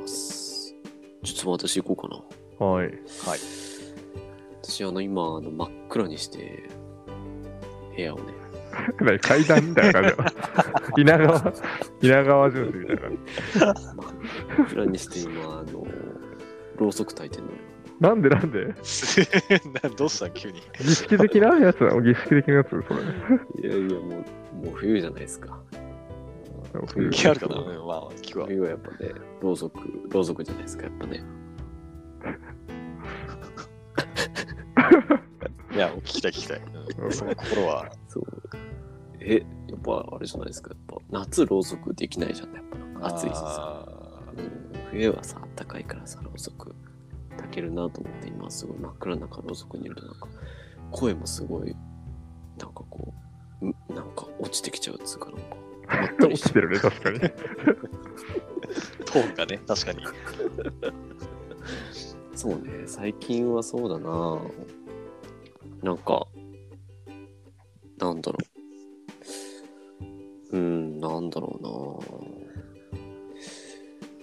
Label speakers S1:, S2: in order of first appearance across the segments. S1: ますちょっと私行こうかな。
S2: はい。
S3: はい。
S1: 私あの今あの真っ暗にして部屋をね
S2: 何階段みたいな感 じ稲川、稲川上司みたいな感
S1: 真っ暗にして今あのろうそく焚いてんのよ
S2: じ。なんでなんで
S3: などうした急に。
S2: 儀式的なやつなの儀式的なやつそれ。
S1: いやいやもうもう冬じゃないですか
S3: 雰囲気あるかな、うん、まあ、聞くわ。
S1: 冬はやっぱねろうそくろうそくじゃないですかやっぱね
S3: いや、聞きたい聞きたい。うん、その心は。
S1: そうえやっぱあれじゃないですかやっぱ夏ろうそくできないじゃんやっぱなんか暑いしさ、
S3: あ
S1: うん冬はさあったかいからさろうそく焚けるなと思って今すごい真っ暗な中ろうそくにいるとなんか声もすごいなんかこうんなんか落ちてきちゃうっつうかなんかまったり
S2: 落
S1: しちゃ
S2: ち
S1: う
S2: てるね、確か に。
S3: ートーンがね、確かに。
S1: そうね、最近はそうだな。なんか、なんだろう。うん、なんだろうな。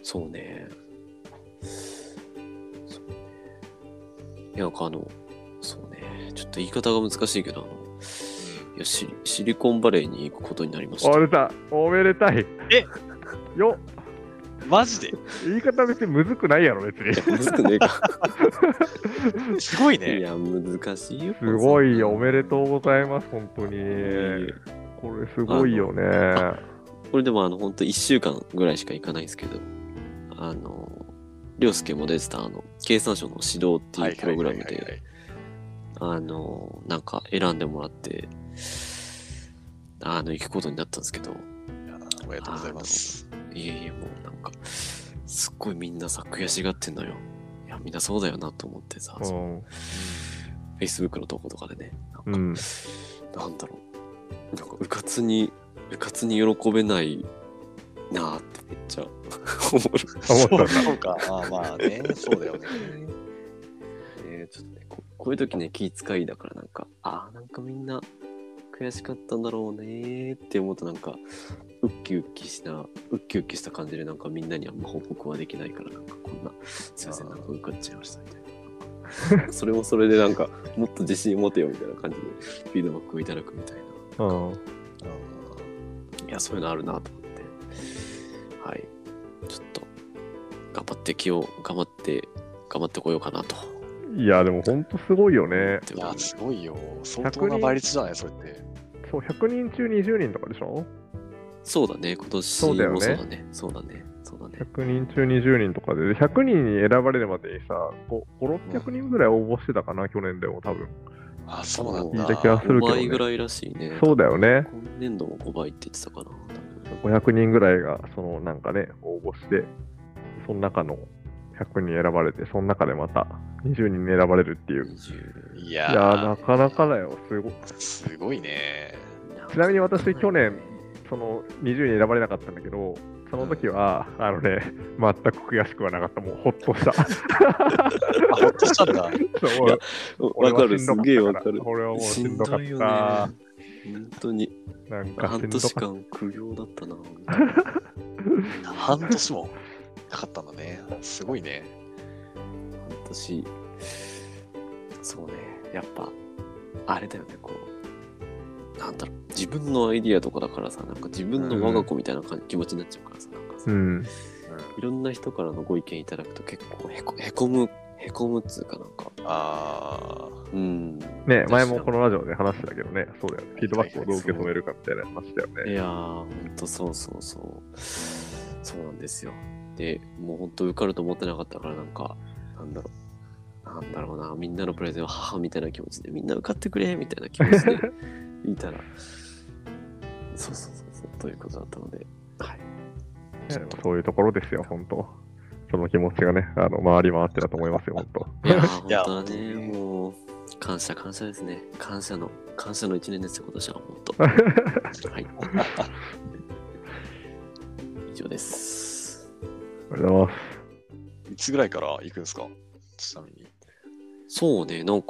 S1: そうね。そうねいや、なんかあの、そうね。ちょっと言い方が難しいけど、あのいやシリシリコンバレーに行くことになりました。
S2: おめでたい。おめでたい。よ
S3: マジで
S2: 言い方別にむずくないやろ、別に。
S1: むずくねえか。
S3: すごい
S1: い
S3: ね。
S1: や、難しいよ。
S2: すごいよ、おめでとうございます、本当に。
S1: え
S2: これすごいよね。
S1: これでもあの本当1週間ぐらいしか行かないんですけどあの凌介も出てたあの経産省の指導っていうプログラム
S3: はいはいはいは
S1: であのなんか選んでもらってあの行くことになったんですけど
S3: いやーおめでとうございます。
S1: いえいえもうなんかすっごいみんなさ悔しがってんのよいやみんなそうだよなと思ってさ、その Facebook のとことかでねなんか、
S2: うん。うん。
S1: なんだろうなんかうかつにうかつに喜べないなあってめっちゃ 思う
S2: 思ったんだ
S3: そうか。まあまあね、そうだよね。
S1: えーちょっとねこ、こういう時ね、気遣いだからなんか、ああ、なんかみんな悔しかったんだろうねーって思うとなんか、ウッキウッキした、ウッキウッキした感じでなんかみんなにあんま報告はできないから、なんかこんな、すいません、なんか受かっちゃいましたみたいな。なんかそれもそれでなんか、もっと自信持てよみたいな感じでフィードバックをいただくみたいな。
S2: うん。
S1: いや、そういうのあるなと思って。はい。ちょっと、頑張って気を、頑張って、頑張ってこようかなと。
S2: いや、でも本当すごいよね。
S3: いや、すごいよ。相当
S2: 100
S3: な
S2: 人
S3: 倍率じゃない、それって。
S2: そう、100人中20人とかでしょ
S1: そうだね、今年
S2: そうだよ
S1: も
S2: ね
S1: そうだね。そうだね。そうだね。
S2: 100人中20人とかで、で100人に選ばれるまでにさ、5、600人ぐらい応募してたかな、去年でも多分。
S3: あ、そうなん
S2: 聞
S3: だ。
S2: いた気がするけ
S1: 5
S2: ど、
S1: 倍ぐ
S2: ね。
S1: らいらしいね。
S2: そうだよね。
S1: 今年度も5倍って言ってたかな。
S2: 500人ぐらいが、そのなんかね、応募して、その中の100人選ばれて、その中でまた20人に選ばれるっていう。
S1: 20
S3: い
S2: い
S3: や
S2: や
S3: ー
S2: ー、なかなかだよ。すごい。
S3: すごいね。
S2: ちなみに私去年その20人選ばれなかったんだけど、その時は、あのね、全く悔しくはなかった。もうほっ とした。
S3: あ、ほっとしたんだ。
S2: そう
S1: いや
S2: 俺
S1: わ
S2: は
S1: かる、
S2: しん
S1: す
S2: どった
S1: げえ
S2: ら
S1: わかる。
S2: 俺はもうし
S1: し
S2: ん
S1: ん
S2: どか
S1: ど
S2: った。
S1: いよね。本当に、
S2: なんかし
S1: 半
S2: んど
S1: 年
S2: かっ
S1: 間苦行だ ったな。
S3: 半年もなかったんだね。すごいね。
S1: 半年。そうね、やっぱ、あれだよね、こう。なんだろう、自分のアイディアとかだからさ、なんか自分の我が子みたいな感じ気持ちになっちゃうからさ、なんかさ
S2: た。うん。
S1: いろんな人からのご意見いただくと結構へこへこむ、へこむっつうかなんか。
S3: あ
S1: うん。
S2: ね、前もこのラジオで話してたけどね、そうだよね。フィードバックをどう受け止めるかみたいな話だよ
S1: い
S2: ね。
S1: やー、ほんとそうそうそう。そうなんですよ。で、もうほんと受かると思ってなかったからなんか、なんだろう。なんだろうな、みんなのプレゼンは母みたいな気持ちで、みんな受かってくれみたいな気持ちでいたら、そうそうそうそう、ということだったので、はい。
S2: いやでもそういうところですよ、本当その気持ちがね、あの回り回ってだと思いますよ、本当
S1: いやー、
S3: いや
S1: 本当だね、もう、感謝感謝ですね。感謝の、感謝の一年ですよ、今年は、ほんと。はい。以上です。
S2: ありがとうござい
S3: あ、いつぐらいから行くんですかちなみに。
S1: そうね、なんか、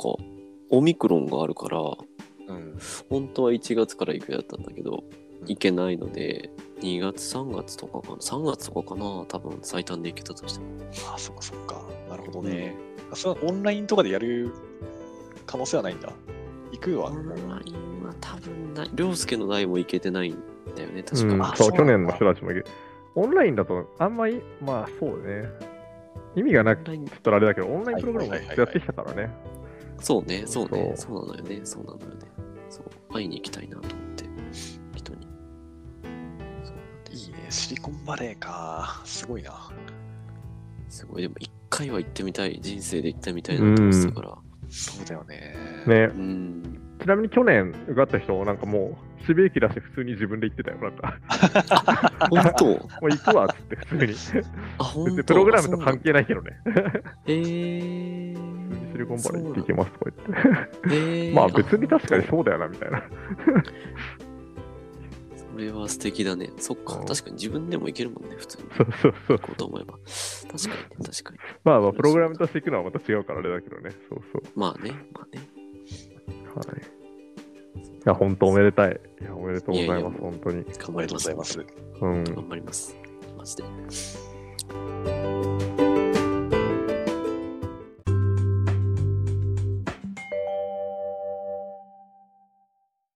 S1: オミクロンがあるから、
S3: うん。うん。
S1: 本当は1月から行く予定だったんだけど
S3: うん
S1: 行けないので2月3月とかかな3月とかかな多分最短で行けたとしても
S3: あ、そっかそっか。なるほどね。あそれはオンラインとかでやる可能性はないんだ。行くわ。
S1: オンラインは多分ない涼介の代も行けてないんだよね確か、
S2: うん、
S3: あ
S2: そう
S3: そう
S2: 去年の人たちもいる。オンラインだと、あんまり、まあそうね。意味がな
S1: オン
S2: く
S1: ライン
S2: ちょっとあれだけど、オンラインプログラムを
S3: はい
S2: ず
S3: は
S2: っ
S3: いはい
S2: と
S3: はい
S2: やってきたからね。
S1: そうね、そうね、
S2: そ
S1: そうなのよね、そうなのよね。そう、会いに行きたいなと思って、人に。そうなんです
S3: いいね。シリコンバレーか。すごいな。
S1: すごい、でも一回は行ってみたい、人生で行ってみたいなと思ってたから。
S3: そうだよね。
S2: ね
S1: う、ん。
S2: ちなみに去年受かった人、なんかもう、しびれきらして普通に自分で言ってたよ。なんか、
S1: 本当
S2: もう行くわっつって普通に。別
S1: あ、本
S2: に
S1: 当
S2: プログラムと
S1: あそうな
S2: 関
S1: んだ
S2: 係ないけどね。
S1: えー。
S2: 普通にシリコンバレー行ってい
S1: そう
S2: け
S1: な
S2: ますとか言って。
S1: のえー
S2: まあ別に確かに
S1: あ
S2: そうだよなみたいな。
S1: それは素敵だね。そっか、
S2: うん
S1: 確かに自分でも行けるもんね、普通に。
S2: そうそうそう。
S1: 行こうと思えば。確かにね、確かに。
S2: まあまあプログラムとしていくのはまた違うからあれだけどね。そうそう。
S1: まあね、まあね。
S2: はい。いや、本当おめでたい。いや、おめでとうございま
S1: いや
S2: す。
S1: いやもう
S2: 本当に。
S1: 頑
S3: お
S1: 張
S3: めで
S1: り
S3: とう
S1: ま
S3: ご
S1: す
S3: ざい。ます。
S2: うん。
S1: 頑張ります。マジで。